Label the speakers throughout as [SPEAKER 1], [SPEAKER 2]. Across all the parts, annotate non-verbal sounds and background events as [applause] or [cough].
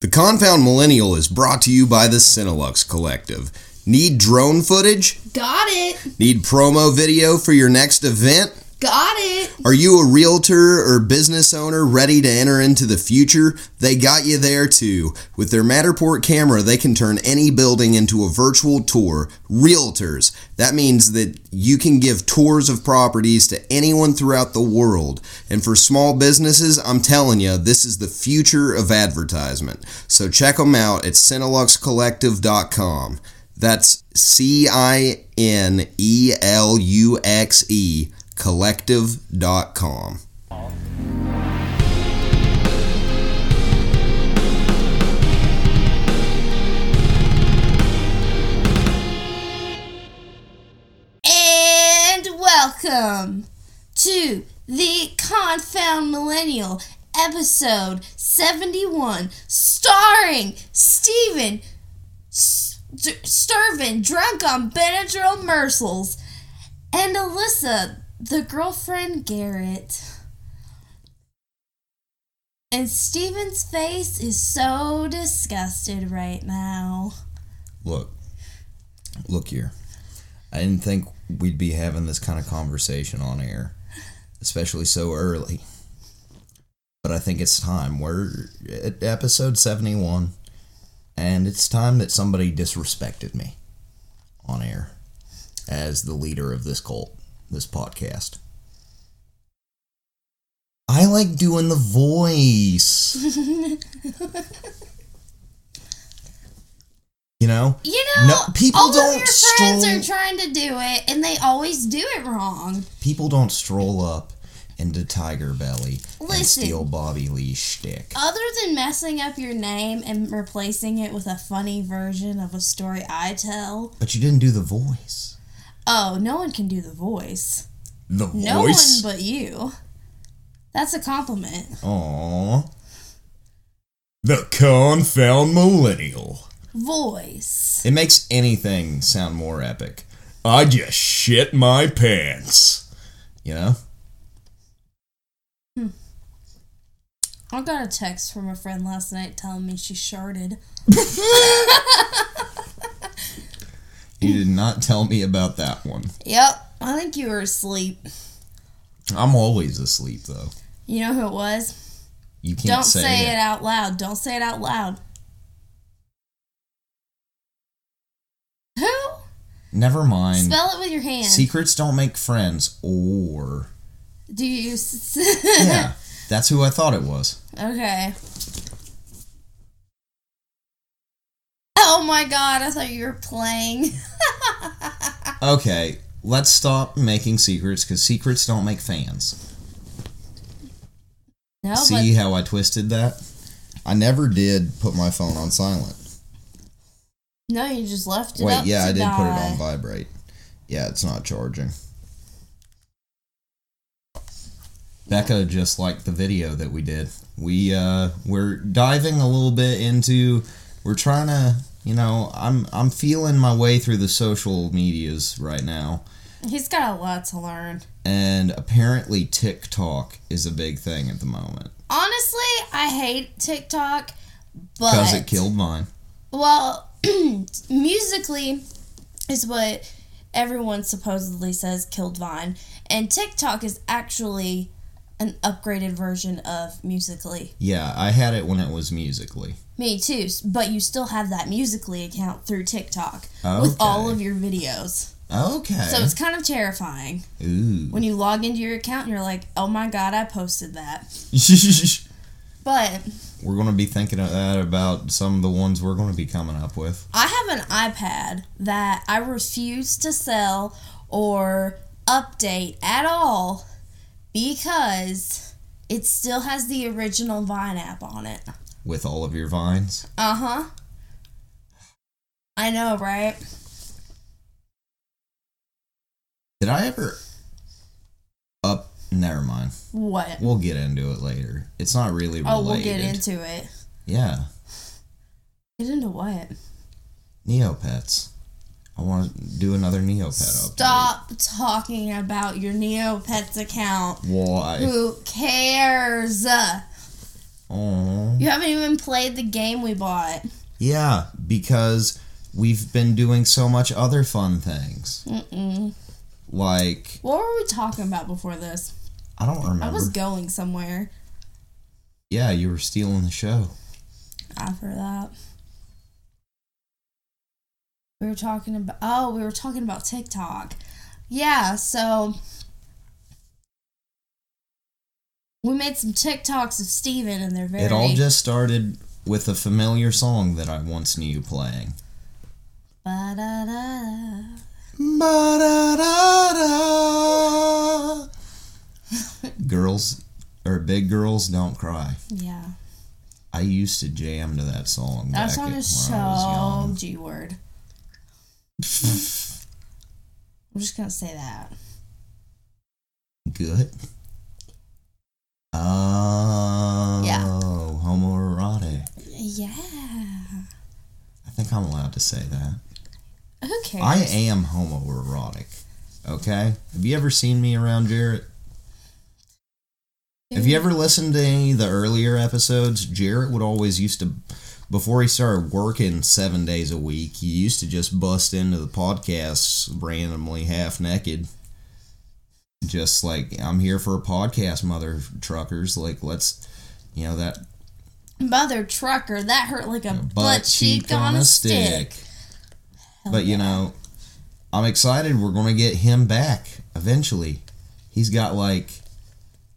[SPEAKER 1] The Confound Millennial is brought to you by the Cinelux Collective. Need drone footage?
[SPEAKER 2] Got it.
[SPEAKER 1] Need promo video for your next event?
[SPEAKER 2] Got it.
[SPEAKER 1] Are you a realtor or business owner ready to enter into the future? They got you there too. With their Matterport camera, they can turn any building into a virtual tour. Realtors. That means that you can give tours of properties to anyone throughout the world. And for small businesses, I'm telling you, this is the future of advertisement. So check them out at CineluxCollective.com. That's C I N E L U X E collective.com.
[SPEAKER 2] And welcome to the Confound Millennial episode 71, starring Steven St- Sturvin, drunk on Benadryl Mercels, and Alyssa, the girlfriend Garrett. And Steven's face is so disgusted right now.
[SPEAKER 3] Look, look here. I didn't think we'd be having this kind of conversation on air, especially so early. But I think it's time. We're at episode 71, and it's time that somebody disrespected me on air as the leader of this cult, this podcast. I like doing the voice. you know?
[SPEAKER 2] You know,
[SPEAKER 3] No, people
[SPEAKER 2] all of
[SPEAKER 3] don't
[SPEAKER 2] your friends
[SPEAKER 3] stroll-
[SPEAKER 2] are trying to do it, and they always do it wrong.
[SPEAKER 3] people don't stroll up into Tiger Belly and
[SPEAKER 2] Listen.
[SPEAKER 3] steal Bobby Lee's shtick.
[SPEAKER 2] Other than messing up your name and replacing it with a funny version of a story I tell,
[SPEAKER 3] But you didn't do the voice.
[SPEAKER 2] oh, no one can do the voice.
[SPEAKER 3] The
[SPEAKER 2] No
[SPEAKER 3] voice.
[SPEAKER 2] one but you. That's a compliment.
[SPEAKER 3] Aww. The confound millennial.
[SPEAKER 2] Voice.
[SPEAKER 3] It makes anything sound more epic. I just shit my pants. You know?
[SPEAKER 2] I got a text from a friend last night telling me she sharded.
[SPEAKER 3] You did not tell me about that one.
[SPEAKER 2] Yep, I think you were asleep.
[SPEAKER 3] I'm always asleep though.
[SPEAKER 2] You know who it was?
[SPEAKER 3] You can't
[SPEAKER 2] Don't
[SPEAKER 3] say,
[SPEAKER 2] say,
[SPEAKER 3] it.
[SPEAKER 2] it. out loud. Don't say it out loud. Who?
[SPEAKER 3] Never mind.
[SPEAKER 2] Spell it with your hand.
[SPEAKER 3] Secrets don't make friends or
[SPEAKER 2] Do you? s- [laughs]
[SPEAKER 3] Yeah. That's who I thought it was.
[SPEAKER 2] Okay. Oh my god! I thought you were playing. Ah.
[SPEAKER 3] Okay, let's stop making secrets because secrets don't make fans.
[SPEAKER 2] No,
[SPEAKER 3] See how I twisted that? I never did put my phone on silent.
[SPEAKER 2] but no, you just left it.
[SPEAKER 3] Wait,
[SPEAKER 2] up
[SPEAKER 3] yeah,
[SPEAKER 2] to
[SPEAKER 3] I did
[SPEAKER 2] die.
[SPEAKER 3] put it on vibrate. Yeah, it's not charging. Becca just liked the video that we did. We uh we're diving a little bit into we're trying to, you know, I'm I'm feeling my way through the social medias right now.
[SPEAKER 2] He's got a lot to learn.
[SPEAKER 3] And apparently TikTok is a big thing at the moment.
[SPEAKER 2] Honestly, I hate TikTok, but
[SPEAKER 3] Because it killed mine.
[SPEAKER 2] Well, [clears throat] musically is what everyone supposedly says killed Vine, and TikTok is actually an upgraded version of musically.
[SPEAKER 3] Yeah, I had it when it was musically.
[SPEAKER 2] Me too, s- but you still have that musically account through TikTok with
[SPEAKER 3] Okay. Eh.
[SPEAKER 2] all of your videos.
[SPEAKER 3] Okay.
[SPEAKER 2] So it's kind of terrifying
[SPEAKER 3] Ooh. [laughs]
[SPEAKER 2] when you log into your account and you're like, "Oh my god, I posted that." But
[SPEAKER 3] we're gonna be thinking of that about some of the ones we're gonna be coming up with.
[SPEAKER 2] I have an iPad that I refuse to sell or update at all because it still has the original Vine app on it.
[SPEAKER 3] With all of your vines.
[SPEAKER 2] Uh huh. I know, right?
[SPEAKER 3] Did I ever up never mind.
[SPEAKER 2] What?
[SPEAKER 3] We'll get into it later. It's not really related.
[SPEAKER 2] Oh, we'll get into it.
[SPEAKER 3] Yeah.
[SPEAKER 2] Get into what?
[SPEAKER 3] Neopets. I wanna do another Neopet update.
[SPEAKER 2] Stop talking about your Neopets account.
[SPEAKER 3] Why?
[SPEAKER 2] Who cares?
[SPEAKER 3] Aw. now?
[SPEAKER 2] You haven't even played the game we bought.
[SPEAKER 3] Yeah, because we've been doing so much other fun things.
[SPEAKER 2] Mm-mm.
[SPEAKER 3] Like,
[SPEAKER 2] What were we talking about before this?
[SPEAKER 3] I don't remember.
[SPEAKER 2] I was going somewhere
[SPEAKER 3] yeah, you were stealing the show.
[SPEAKER 2] after that. We were talking about oh, we were talking about TikTok. Yeah, so we made some TikToks of Steven and they're very
[SPEAKER 3] It all just started with a familiar song that I once knew playing.
[SPEAKER 2] Ba-da-da-da. [laughs]
[SPEAKER 3] Ba-da-da-da. girls or big girls don't cry.
[SPEAKER 2] Yeah.
[SPEAKER 3] I used to jam to that song.
[SPEAKER 2] That
[SPEAKER 3] back
[SPEAKER 2] song
[SPEAKER 3] at-
[SPEAKER 2] is
[SPEAKER 3] when I was
[SPEAKER 2] so
[SPEAKER 3] young.
[SPEAKER 2] G
[SPEAKER 3] [laughs]
[SPEAKER 2] word. I'm just gonna say that.
[SPEAKER 3] good. Oh, homoerotic.
[SPEAKER 2] Yeah.
[SPEAKER 3] I think I'm allowed to say that.
[SPEAKER 2] Who cares?
[SPEAKER 3] I am homoerotic. Okay. Have you ever seen me around Jarrett? Have you ever listened to any of the earlier episodes? Jarrett would always used to, before he started working seven days a week, he used to just bust into the podcasts randomly, half naked. Just like, I'm here for a podcast, mother truckers. Like, let's, you know, that
[SPEAKER 2] Mother trucker, that hurt like a
[SPEAKER 3] butt,
[SPEAKER 2] butt,
[SPEAKER 3] cheek on a stick.
[SPEAKER 2] Hell
[SPEAKER 3] But you know, I'm excited. We're going to get him back eventually. He's got like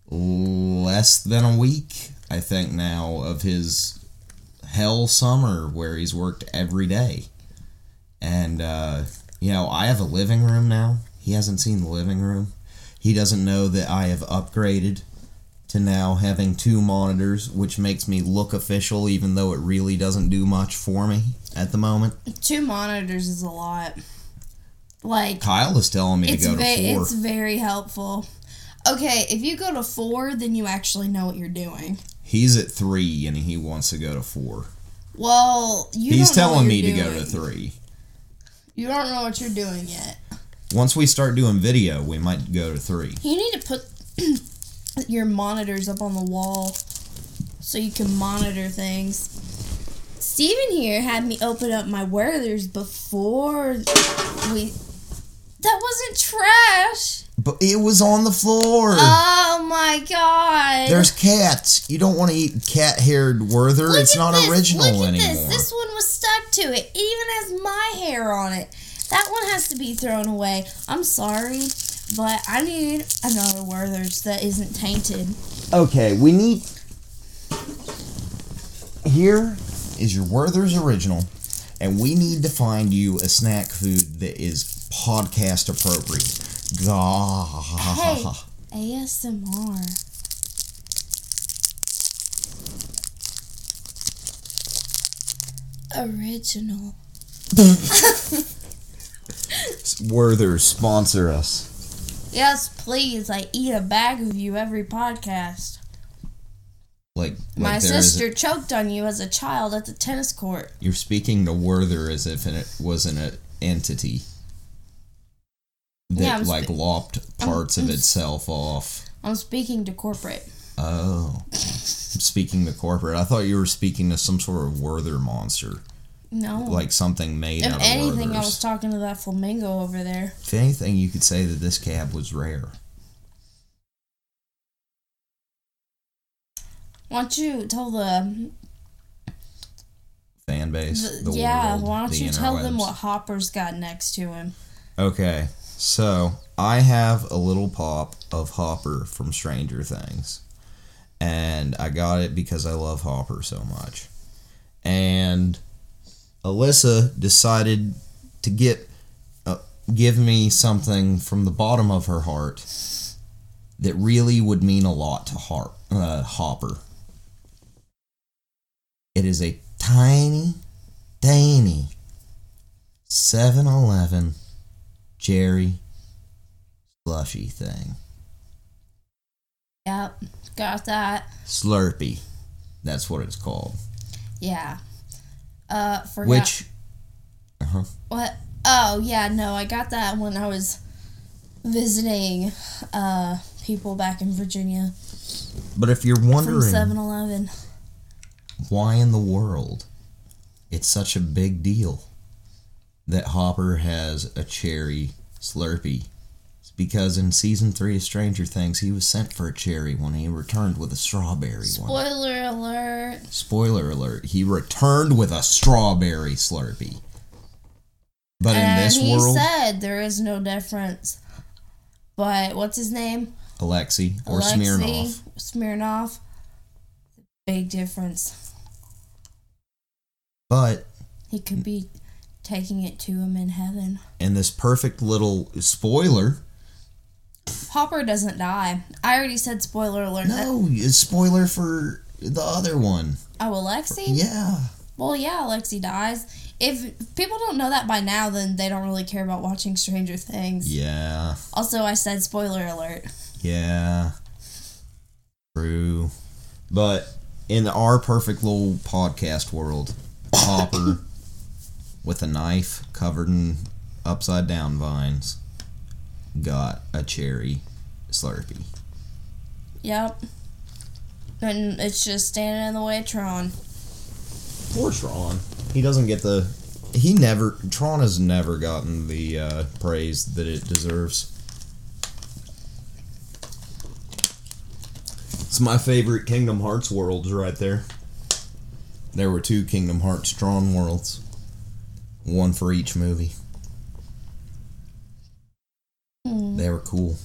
[SPEAKER 3] less than a week, I think, now of his hell summer where he's worked every day. And, uh, you know, I have a living room now. He hasn't seen the living room. He doesn't know that I have upgraded to now having two monitors, which makes me look official, even though it really doesn't do much for me at the moment.
[SPEAKER 2] Two monitors is a lot. Like
[SPEAKER 3] Kyle is telling me
[SPEAKER 2] it's
[SPEAKER 3] to go
[SPEAKER 2] ve-
[SPEAKER 3] to four.
[SPEAKER 2] it's very helpful. Okay, if you go to four, then you actually know what you're doing.
[SPEAKER 3] He's at three and he wants to go to four.
[SPEAKER 2] Well, you
[SPEAKER 3] He's
[SPEAKER 2] don't know what
[SPEAKER 3] telling me
[SPEAKER 2] you're
[SPEAKER 3] to go to
[SPEAKER 2] doing.
[SPEAKER 3] three.
[SPEAKER 2] You don't know what you're doing yet.
[SPEAKER 3] Once we start doing video, we might go to three.
[SPEAKER 2] You need to put [clears throat] your monitors up on the wall so you can monitor things. Steven here had me open up my Werther's before we. That wasn't trash!
[SPEAKER 3] But it was on the floor.
[SPEAKER 2] Oh my god!
[SPEAKER 3] There's cats. You don't want to eat cat haired Werther.
[SPEAKER 2] Look
[SPEAKER 3] it's
[SPEAKER 2] at
[SPEAKER 3] not
[SPEAKER 2] this,
[SPEAKER 3] original
[SPEAKER 2] Look at
[SPEAKER 3] anymore.
[SPEAKER 2] this. This one was stuck to it. It even has my hair on it. That one has to be thrown away. I'm sorry, but I need another Werther's that isn't tainted.
[SPEAKER 3] Okay, we need. Here is your Werther's original, and we need to find you a snack food that is podcast appropriate. Gah.
[SPEAKER 2] ASMR. Original.
[SPEAKER 3] Werther sponsor us.
[SPEAKER 2] Yes, please. I eat a bag of you every podcast.
[SPEAKER 3] Like, like
[SPEAKER 2] My
[SPEAKER 3] there is-
[SPEAKER 2] sister choked on you as a child at the tennis court.
[SPEAKER 3] you're speaking to Werther as if it was an entity that
[SPEAKER 2] Yeah, I'm
[SPEAKER 3] like
[SPEAKER 2] spe-
[SPEAKER 3] lopped parts of itself off.
[SPEAKER 2] I'm speaking to corporate.
[SPEAKER 3] Oh, speaking to corporate, I thought you were speaking to some sort of Werther monster,
[SPEAKER 2] No.
[SPEAKER 3] like something made
[SPEAKER 2] if
[SPEAKER 3] out of
[SPEAKER 2] anything, I
[SPEAKER 3] Werthers.
[SPEAKER 2] was talking to that flamingo over there.
[SPEAKER 3] if anything, you could say that this cab was rare.
[SPEAKER 2] Why don't you tell the,
[SPEAKER 3] Fan base,
[SPEAKER 2] the
[SPEAKER 3] the
[SPEAKER 2] yeah?
[SPEAKER 3] world,
[SPEAKER 2] why don't
[SPEAKER 3] the
[SPEAKER 2] you tell them
[SPEAKER 3] interwebs.
[SPEAKER 2] what Hopper's got next to him?
[SPEAKER 3] Okay, so I have a little pop of Hopper from Stranger Things, and I got it because I love Hopper so much. And Alyssa decided to get uh, give me something from the bottom of her heart that really would mean a lot to Har- uh, Hopper. It is a tiny, tiny 7 Eleven Jerry slushy thing.
[SPEAKER 2] Yep, got that.
[SPEAKER 3] Slurpee. That's what it's called.
[SPEAKER 2] Yeah. Uh, forgot.
[SPEAKER 3] Which uh-huh.
[SPEAKER 2] What? Oh yeah, no, I got that when I was visiting uh, people back in Virginia
[SPEAKER 3] But if you're
[SPEAKER 2] from
[SPEAKER 3] wondering
[SPEAKER 2] 7-Eleven.
[SPEAKER 3] why in the world it's such a big deal that Hopper has a cherry Slurpee. It's because in season three of Stranger Things, he was sent for a cherry one. He returned with a strawberry one.
[SPEAKER 2] Spoiler alert.
[SPEAKER 3] Spoiler alert: he returned with a strawberry Slurpee. But in
[SPEAKER 2] and
[SPEAKER 3] this
[SPEAKER 2] he
[SPEAKER 3] world,
[SPEAKER 2] said there is no difference. But what's his name?
[SPEAKER 3] Alexei or
[SPEAKER 2] Alexei
[SPEAKER 3] Smirnoff.
[SPEAKER 2] Smirnoff. Big difference.
[SPEAKER 3] But
[SPEAKER 2] He could be taking it to him in heaven.
[SPEAKER 3] in this perfect little spoiler,
[SPEAKER 2] Hopper doesn't die. I already said spoiler alert.
[SPEAKER 3] no, it's spoiler for the other one.
[SPEAKER 2] Oh, Alexi?
[SPEAKER 3] Yeah.
[SPEAKER 2] Well, yeah, Alexi dies. If people don't know that by now, then they don't really care about watching Stranger Things.
[SPEAKER 3] Yeah.
[SPEAKER 2] Also, I said spoiler alert.
[SPEAKER 3] Yeah. True. But in our perfect little podcast world, Hopper [laughs] with a knife covered in upside down vines got a cherry Slurpee.
[SPEAKER 2] Yep. And it's just standing in the way of Tron.
[SPEAKER 3] Poor Tron. He doesn't get the. He never. Tron has never gotten the uh, praise that it deserves. It's my favorite Kingdom Hearts worlds right there. There were two Kingdom Hearts Tron worlds, one for each movie. They were cool.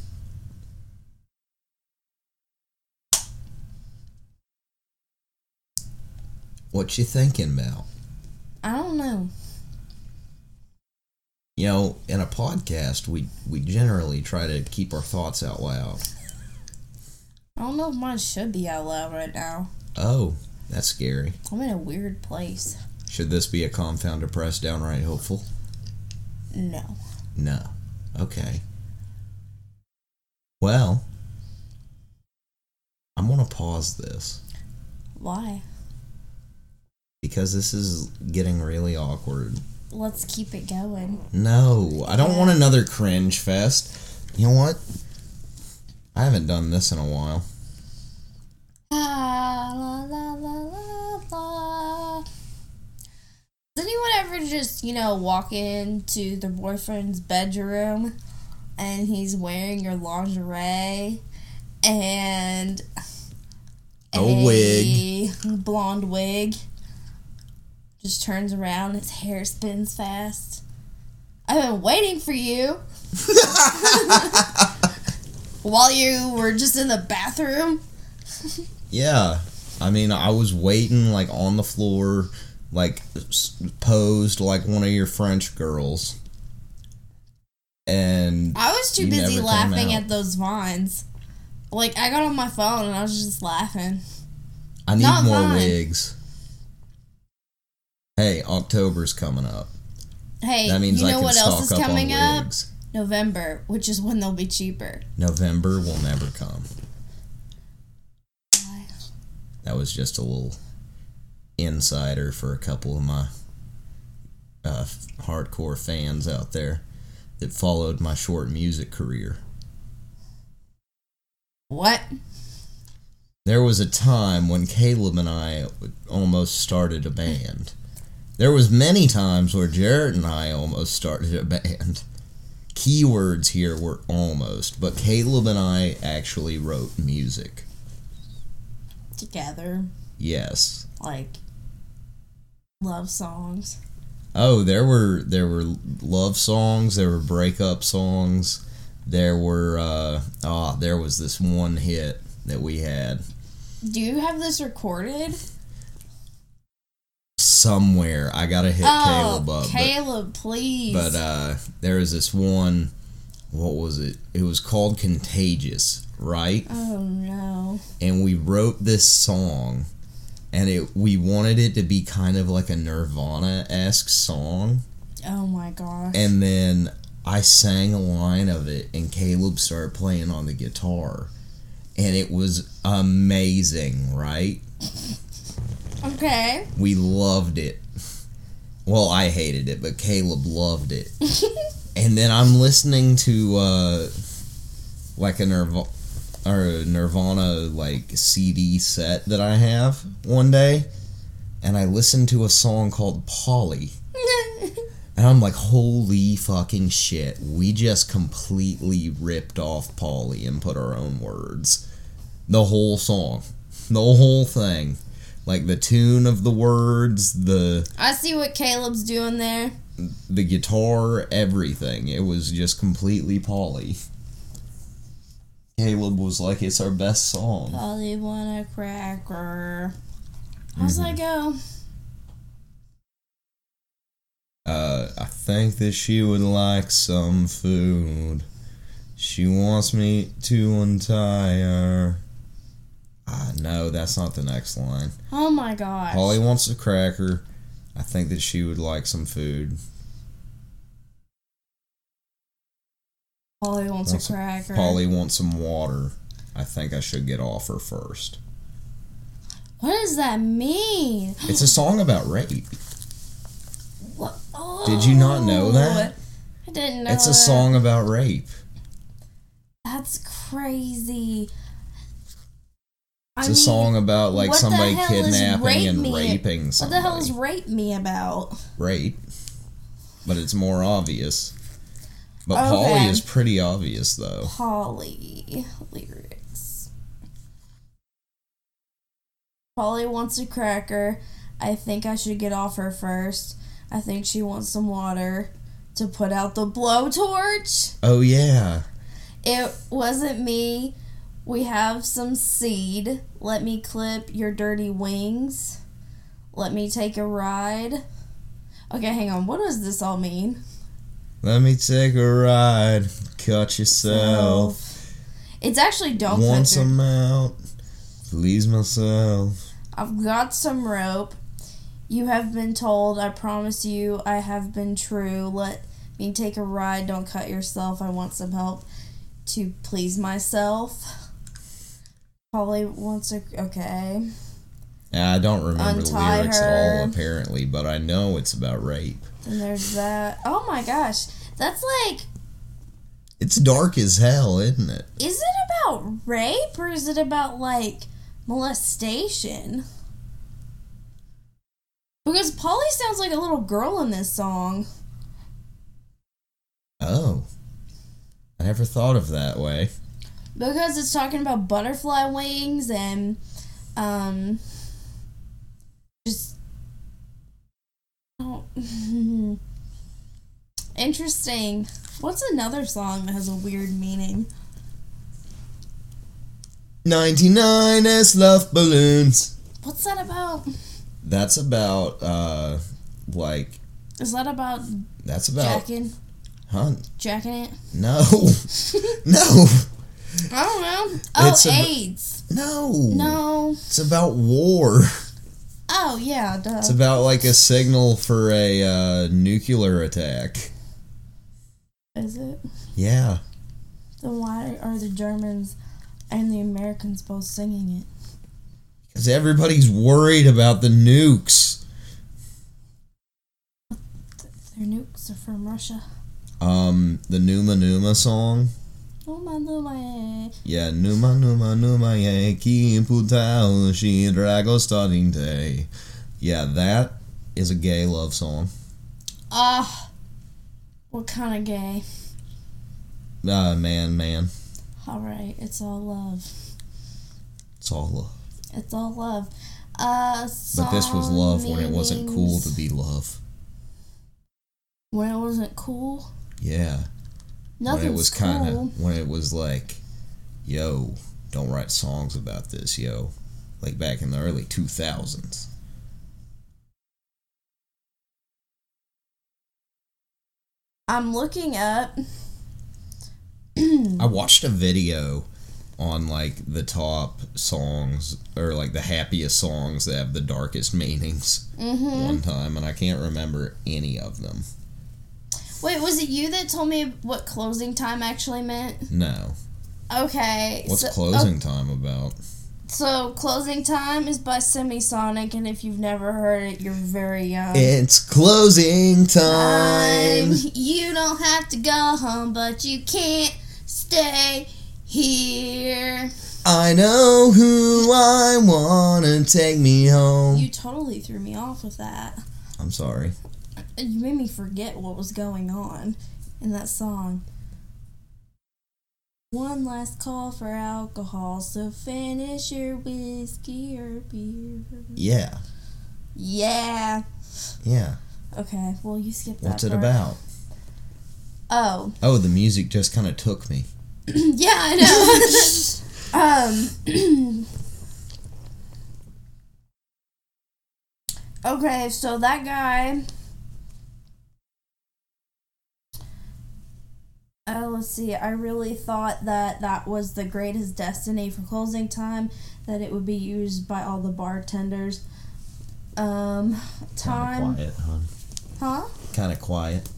[SPEAKER 3] What you thinking about?
[SPEAKER 2] I don't know.
[SPEAKER 3] You know, in a podcast, we we generally try to keep our thoughts out loud.
[SPEAKER 2] I don't know if mine should be out loud right now.
[SPEAKER 3] Oh, that's scary.
[SPEAKER 2] I'm in a weird place.
[SPEAKER 3] Should this be a confound depressed, downright hopeful?
[SPEAKER 2] No.
[SPEAKER 3] No. Okay. Well, I'm gonna pause this
[SPEAKER 2] Why?
[SPEAKER 3] because this is getting really awkward.
[SPEAKER 2] Let's keep it going.
[SPEAKER 3] No, I don't want another cringe fest. You know what? I haven't done this in a while.
[SPEAKER 2] Ah, la, la, la, la, la. Does anyone ever just, you know, walk into their boyfriend's bedroom and he's wearing your lingerie and
[SPEAKER 3] A wig.
[SPEAKER 2] blonde wig? Just turns around, his hair spins fast. I've been waiting
[SPEAKER 3] [laughs]
[SPEAKER 2] for you. While you were just in the bathroom.
[SPEAKER 3] Yeah. I mean, I was waiting like on the floor, like s- posed like one of your French girls. And
[SPEAKER 2] I was too
[SPEAKER 3] You never
[SPEAKER 2] busy
[SPEAKER 3] came
[SPEAKER 2] laughing
[SPEAKER 3] out.
[SPEAKER 2] at those vines. Like I got on my phone and I was just laughing.
[SPEAKER 3] I need
[SPEAKER 2] Not
[SPEAKER 3] more
[SPEAKER 2] mine.
[SPEAKER 3] wigs. Hey, October's coming up.
[SPEAKER 2] Hey,
[SPEAKER 3] That means
[SPEAKER 2] you
[SPEAKER 3] I
[SPEAKER 2] know
[SPEAKER 3] can
[SPEAKER 2] what
[SPEAKER 3] stock
[SPEAKER 2] else is
[SPEAKER 3] up
[SPEAKER 2] coming
[SPEAKER 3] on
[SPEAKER 2] up?
[SPEAKER 3] wigs.
[SPEAKER 2] November, which is when they'll be cheaper.
[SPEAKER 3] November will never come. That was just a little insider for a couple of my uh, f- hardcore fans out there that followed my short music career.
[SPEAKER 2] What?
[SPEAKER 3] There was a time when Caleb and I almost started a band. There was many times where Jarrett and I almost started a band. Keywords here were almost, but Caleb and I actually wrote music.
[SPEAKER 2] Together,
[SPEAKER 3] Yes,
[SPEAKER 2] like love songs.
[SPEAKER 3] Oh, there were there were love songs, there were breakup songs, there were uh oh, there was this one hit that we had
[SPEAKER 2] Do you have this recorded?
[SPEAKER 3] somewhere. I gotta hit
[SPEAKER 2] Oh,
[SPEAKER 3] Caleb up,
[SPEAKER 2] Caleb, please.
[SPEAKER 3] but, but uh there was this one. What was it? It was called "Contagious," right?
[SPEAKER 2] oh no.
[SPEAKER 3] And we wrote this song, and it we wanted it to be kind of like a Nirvana esque song.
[SPEAKER 2] Oh my gosh.
[SPEAKER 3] and then I sang a line of it, and Caleb started playing on the guitar, and it was amazing, right?
[SPEAKER 2] okay. [laughs]
[SPEAKER 3] We loved it. [laughs] Well, I hated it, but Caleb loved it. and then I'm listening to uh, like a Nirvana or a Nirvana like CD set that I have one day, and I listened to a song called Polly. And I'm like, holy fucking shit. We just completely ripped off Polly and put our own words. The whole song. The whole thing. Like the tune of the words, the
[SPEAKER 2] I see what Caleb's doing there.
[SPEAKER 3] the guitar, everything. It was just completely Polly. Caleb was like, it's our best song.
[SPEAKER 2] Polly want a cracker. How's
[SPEAKER 3] Mm-hmm.
[SPEAKER 2] that go?
[SPEAKER 3] Uh, I think that she would like some food. She wants me to untie her. Ah, no, that's not the next line.
[SPEAKER 2] Oh my gosh.
[SPEAKER 3] Holly wants a cracker. I think that she would like some food.
[SPEAKER 2] Polly wants,
[SPEAKER 3] Wants
[SPEAKER 2] a cracker.
[SPEAKER 3] Polly wants some water. I think I should get off her first.
[SPEAKER 2] What does that mean?
[SPEAKER 3] It's a song about
[SPEAKER 2] [gasps]
[SPEAKER 3] rape.
[SPEAKER 2] What? Oh,
[SPEAKER 3] Did you not know that?
[SPEAKER 2] I didn't know.
[SPEAKER 3] It's
[SPEAKER 2] it.
[SPEAKER 3] a song about rape.
[SPEAKER 2] That's crazy.
[SPEAKER 3] It's a song about like
[SPEAKER 2] what the
[SPEAKER 3] somebody
[SPEAKER 2] hell is rape
[SPEAKER 3] kidnapping and
[SPEAKER 2] me?
[SPEAKER 3] raping
[SPEAKER 2] What
[SPEAKER 3] somebody.
[SPEAKER 2] the hell is rape me about?
[SPEAKER 3] rape, but it's more obvious. But
[SPEAKER 2] Okay.
[SPEAKER 3] Polly is pretty obvious though.
[SPEAKER 2] Polly lyrics. Polly wants a cracker. I think I should get off her first. I think she wants some water to put out the blowtorch.
[SPEAKER 3] Oh yeah,
[SPEAKER 2] It wasn't me. We have some seed. Let me clip your dirty wings. Let me take a ride. Okay, hang on. What does this all mean?
[SPEAKER 3] let me take a ride. Cut yourself.
[SPEAKER 2] It's actually don't
[SPEAKER 3] Want
[SPEAKER 2] clip your-
[SPEAKER 3] some out? Please myself.
[SPEAKER 2] I've got some rope. You have been told. I promise you, I have been true. Let me take a ride. Don't cut yourself. I want some help to please myself. Polly wants a. Okay.
[SPEAKER 3] Yeah, I don't remember
[SPEAKER 2] Untie
[SPEAKER 3] the lyrics at
[SPEAKER 2] her.
[SPEAKER 3] all apparently, but I know it's about rape.
[SPEAKER 2] And there's that. Oh my gosh. That's like.
[SPEAKER 3] It's dark as hell, isn't it?
[SPEAKER 2] Is it about rape or is it about like molestation? Because Polly sounds like a little girl in this song.
[SPEAKER 3] Oh. I never thought of that way.
[SPEAKER 2] because it's talking about butterfly wings and um just I don't- [laughs] interesting what's another song that has a weird meaning
[SPEAKER 3] 99 S Love Balloons.
[SPEAKER 2] what's that about
[SPEAKER 3] That's about, uh, like,
[SPEAKER 2] is that about
[SPEAKER 3] that's about.
[SPEAKER 2] jacking
[SPEAKER 3] Huh?
[SPEAKER 2] jacking it
[SPEAKER 3] No. [laughs] no.
[SPEAKER 2] i don't know oh
[SPEAKER 3] It's ab-
[SPEAKER 2] aids
[SPEAKER 3] No.
[SPEAKER 2] no
[SPEAKER 3] It's about war.
[SPEAKER 2] oh yeah duh.
[SPEAKER 3] It's about like a signal for a uh, nuclear attack.
[SPEAKER 2] is it
[SPEAKER 3] Yeah.
[SPEAKER 2] then why are the germans and the americans both singing it
[SPEAKER 3] Because everybody's worried about the nukes.
[SPEAKER 2] their nukes are from russia
[SPEAKER 3] Um, the Numa Numa song.
[SPEAKER 2] oh my little man.
[SPEAKER 3] Yeah, Numa Numa Numa Yankee Putao Shi Drago Starting Day. Yeah, that is a gay love song.
[SPEAKER 2] Ah, what kind of gay?
[SPEAKER 3] Ah, man, man.
[SPEAKER 2] All right, it's all love.
[SPEAKER 3] It's all love.
[SPEAKER 2] It's all love. Uh,
[SPEAKER 3] But this was
[SPEAKER 2] song
[SPEAKER 3] love when it wasn't cool to
[SPEAKER 2] meanings-
[SPEAKER 3] be love.
[SPEAKER 2] When it wasn't cool,
[SPEAKER 3] Yeah. when
[SPEAKER 2] nothing's
[SPEAKER 3] it was kind of
[SPEAKER 2] cool.
[SPEAKER 3] when it was like yo don't write songs about this yo like back in the early 2000s
[SPEAKER 2] I'm looking up. Hmm.
[SPEAKER 3] i watched a video on like the top songs or like the happiest songs that have the darkest meanings
[SPEAKER 2] Mm-hmm. Hmm.
[SPEAKER 3] one time and i can't remember any of them
[SPEAKER 2] Wait, was it you that told me what closing time actually meant?
[SPEAKER 3] no
[SPEAKER 2] Okay.
[SPEAKER 3] what's
[SPEAKER 2] so,
[SPEAKER 3] closing time about
[SPEAKER 2] oh, so closing time is by Semisonic, and if you've never heard it, you're very young.
[SPEAKER 3] it's closing
[SPEAKER 2] time. You don't have to go home, but you can't stay here.
[SPEAKER 3] I know who I wanna take me home.
[SPEAKER 2] You totally threw me off with that.
[SPEAKER 3] I'm sorry.
[SPEAKER 2] You made me forget what was going on in that song. One last call for alcohol, so finish your whiskey or beer.
[SPEAKER 3] Yeah,
[SPEAKER 2] Yeah.
[SPEAKER 3] yeah.
[SPEAKER 2] Okay, well, you skipped that.
[SPEAKER 3] What's it
[SPEAKER 2] part.
[SPEAKER 3] about?
[SPEAKER 2] Oh, [clears throat]
[SPEAKER 3] Oh, the music just kind of took me.
[SPEAKER 2] yeah, I know. [laughs] um. [clears throat] okay, so that guy. Oh, let's see. I really thought that that was the greatest destiny for closing time, that it would be used by all the bartenders. Um, time.
[SPEAKER 3] Kinda quiet, hon.
[SPEAKER 2] Huh?
[SPEAKER 3] Kind of quiet.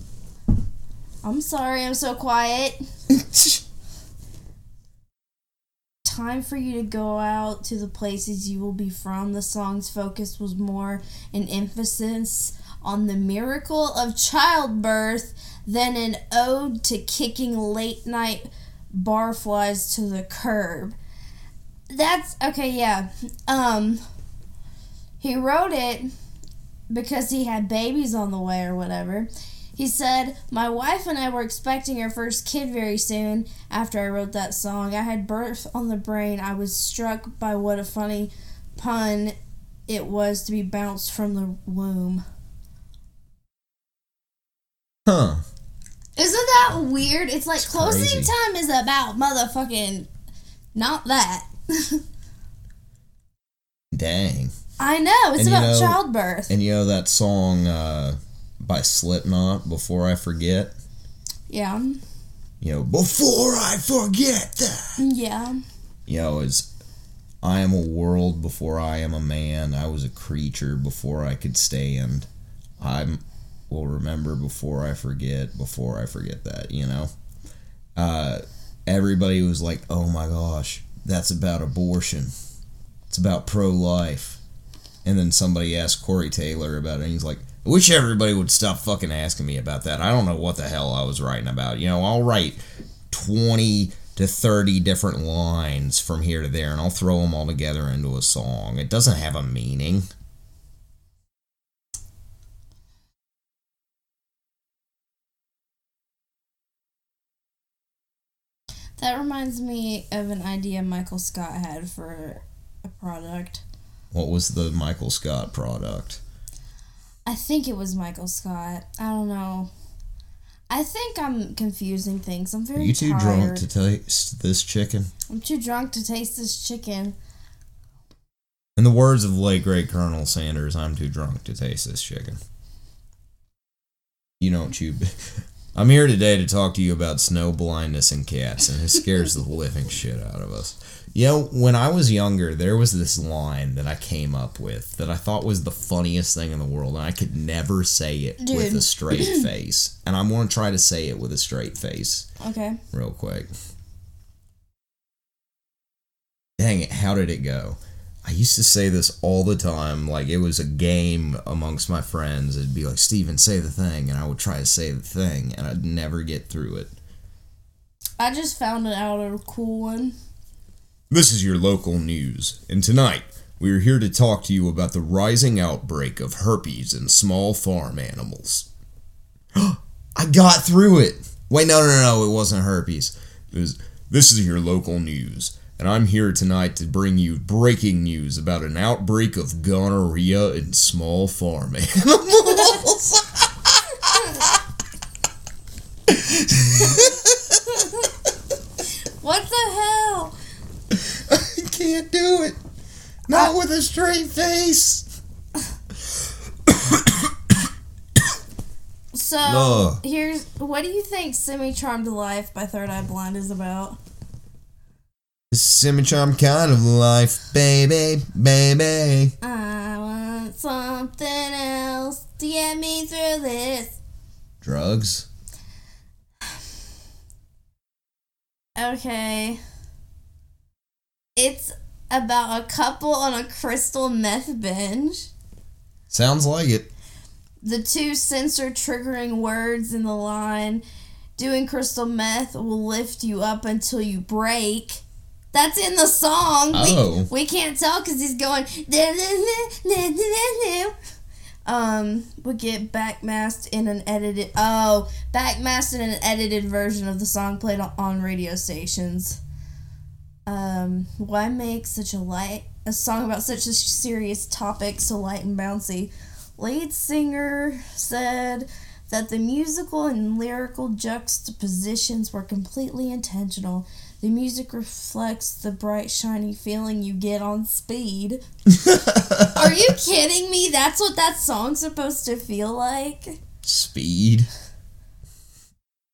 [SPEAKER 2] I'm sorry, I'm so quiet. Time for you to go out to the places you will be from. The song's focus was more an emphasis on the miracle of childbirth than an ode to kicking late night barflies to the curb. That's okay, yeah. Um he wrote it because he had babies on the way or whatever. He said, My wife and I were expecting our first kid very soon after I wrote that song. I had birth on the brain. I was struck by what a funny pun it was to be bounced from the womb.
[SPEAKER 3] Huh.
[SPEAKER 2] Isn't that weird? It's like closing
[SPEAKER 3] crazy.
[SPEAKER 2] time is about motherfucking not that.
[SPEAKER 3] Dang.
[SPEAKER 2] I know, it's
[SPEAKER 3] And you
[SPEAKER 2] about
[SPEAKER 3] know-
[SPEAKER 2] childbirth.
[SPEAKER 3] And you know that song uh, by Slipknot, Before I Forget?
[SPEAKER 2] Yeah.
[SPEAKER 3] You know, Before I Forget That.
[SPEAKER 2] Yeah.
[SPEAKER 3] You know, it's I am a world before I am a man. I was a creature before I could stand. I'm will remember before I forget, before I forget that, you know? Uh, everybody was like, oh my gosh, that's about abortion. It's about pro life. And then somebody asked Corey Taylor about it, and he's like, I wish everybody would stop fucking asking me about that. I don't know what the hell I was writing about. You know, I'll write 20 to 30 different lines from here to there, and I'll throw them all together into a song. It doesn't have a meaning.
[SPEAKER 2] That reminds me of an idea Michael Scott had for a product.
[SPEAKER 3] What was the Michael Scott product?
[SPEAKER 2] I think it was Michael Scott. I don't know. I think I'm confusing things. I'm
[SPEAKER 3] Are
[SPEAKER 2] very
[SPEAKER 3] you too
[SPEAKER 2] tired.
[SPEAKER 3] drunk to taste this chicken?
[SPEAKER 2] I'm too drunk to taste this chicken.
[SPEAKER 3] In the words of late great Colonel Sanders, I'm too drunk to taste this chicken. You don't chew. b- [laughs] I'm here today to talk to you about snow blindness in cats, and it scares the living shit out of us. You know, when I was younger, there was this line that I came up with that I thought was the funniest thing in the world, and I could never say it with a
[SPEAKER 2] Dude.
[SPEAKER 3] straight face. And I'm going to try to say it with a straight face
[SPEAKER 2] Okay.
[SPEAKER 3] real quick. Dang it, how did it go? I used to say this all the time, like it was a game amongst my friends. It'd be like, Steven, say the thing, and I would try to say the thing, and I'd never get through it.
[SPEAKER 2] I just found out a cool one. [laughs]
[SPEAKER 3] This is your local news, and tonight we are here to talk to you about the rising outbreak of herpes in small farm animals. [gasps] I got through it. Wait, no, no, no, no, it wasn't herpes. It was, this is your local news, and I'm here tonight to bring you breaking news about an outbreak of gonorrhea in small farm [laughs] animals.
[SPEAKER 2] What the hell?
[SPEAKER 3] I can't do it. Not with a straight face.
[SPEAKER 2] So
[SPEAKER 3] Ugh.
[SPEAKER 2] here's what do you think "Semi Charmed Life" by Third Eye Blind is about?
[SPEAKER 3] Simicharm kind of life, baby, baby.
[SPEAKER 2] I want something else to get me through this.
[SPEAKER 3] Drugs?
[SPEAKER 2] Okay. It's about a couple on a crystal meth binge.
[SPEAKER 3] Sounds like it.
[SPEAKER 2] The two sensor triggering words in the line doing crystal meth will lift you up until you break. That's in the song.
[SPEAKER 3] Oh.
[SPEAKER 2] We, we can't tell because he's going. "Da, da, da, da, da, da, da." Um, we get backmasked in an edited. Oh, backmasked in an edited version of the song played on, on radio stations. Um, why make such a light a song about such a serious topic so light and bouncy? Lead singer said that the musical and lyrical juxtapositions were completely intentional. The music reflects the bright, shiny feeling you get on speed.
[SPEAKER 3] [laughs]
[SPEAKER 2] Are you kidding me? That's what that song's supposed to feel like?
[SPEAKER 3] Speed.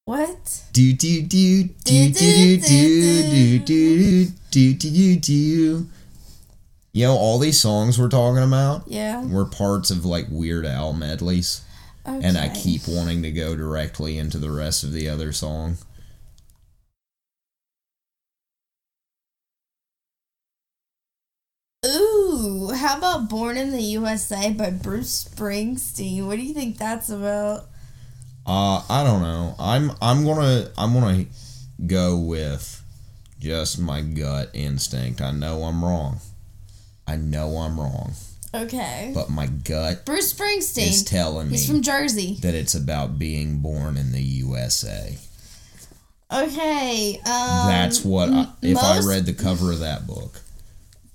[SPEAKER 2] What?
[SPEAKER 3] Do do do do do do do do do do do do. You know, all these songs we're talking about
[SPEAKER 2] Yeah.
[SPEAKER 3] were parts of like Weird Al medleys,
[SPEAKER 2] Okay.
[SPEAKER 3] and I keep wanting to go directly into the rest of the other song.
[SPEAKER 2] Ooh, how about Born in the USA by Bruce Springsteen? What do you think that's about?
[SPEAKER 3] Uh, I don't know. I'm I'm gonna I'm gonna go with just my gut instinct. I know I'm wrong. I know I'm wrong,
[SPEAKER 2] Okay.
[SPEAKER 3] but my gut
[SPEAKER 2] Bruce Springsteen.
[SPEAKER 3] is telling me
[SPEAKER 2] He's from Jersey.
[SPEAKER 3] that it's about being born in the USA.
[SPEAKER 2] Okay. Um,
[SPEAKER 3] That's what I, if I
[SPEAKER 2] most-
[SPEAKER 3] read the cover of that book.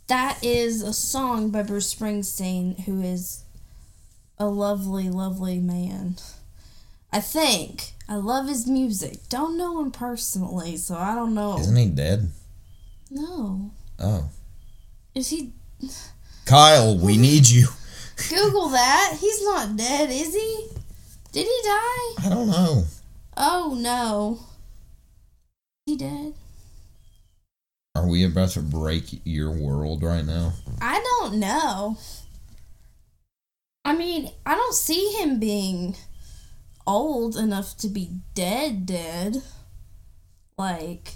[SPEAKER 2] that is a song by Bruce Springsteen, who is a lovely, lovely man. I think. I love his music. Don't know him personally, so I don't know.
[SPEAKER 3] Isn't he dead?
[SPEAKER 2] no.
[SPEAKER 3] Oh,
[SPEAKER 2] Is he.
[SPEAKER 3] Kyle, we need you.
[SPEAKER 2] Google that. He's not dead, is he? Did he die?
[SPEAKER 3] I don't know.
[SPEAKER 2] Oh, no. He dead?
[SPEAKER 3] Are we about to break your world right now?
[SPEAKER 2] I don't know. I mean, I don't see him being old enough to be dead, dead. Like,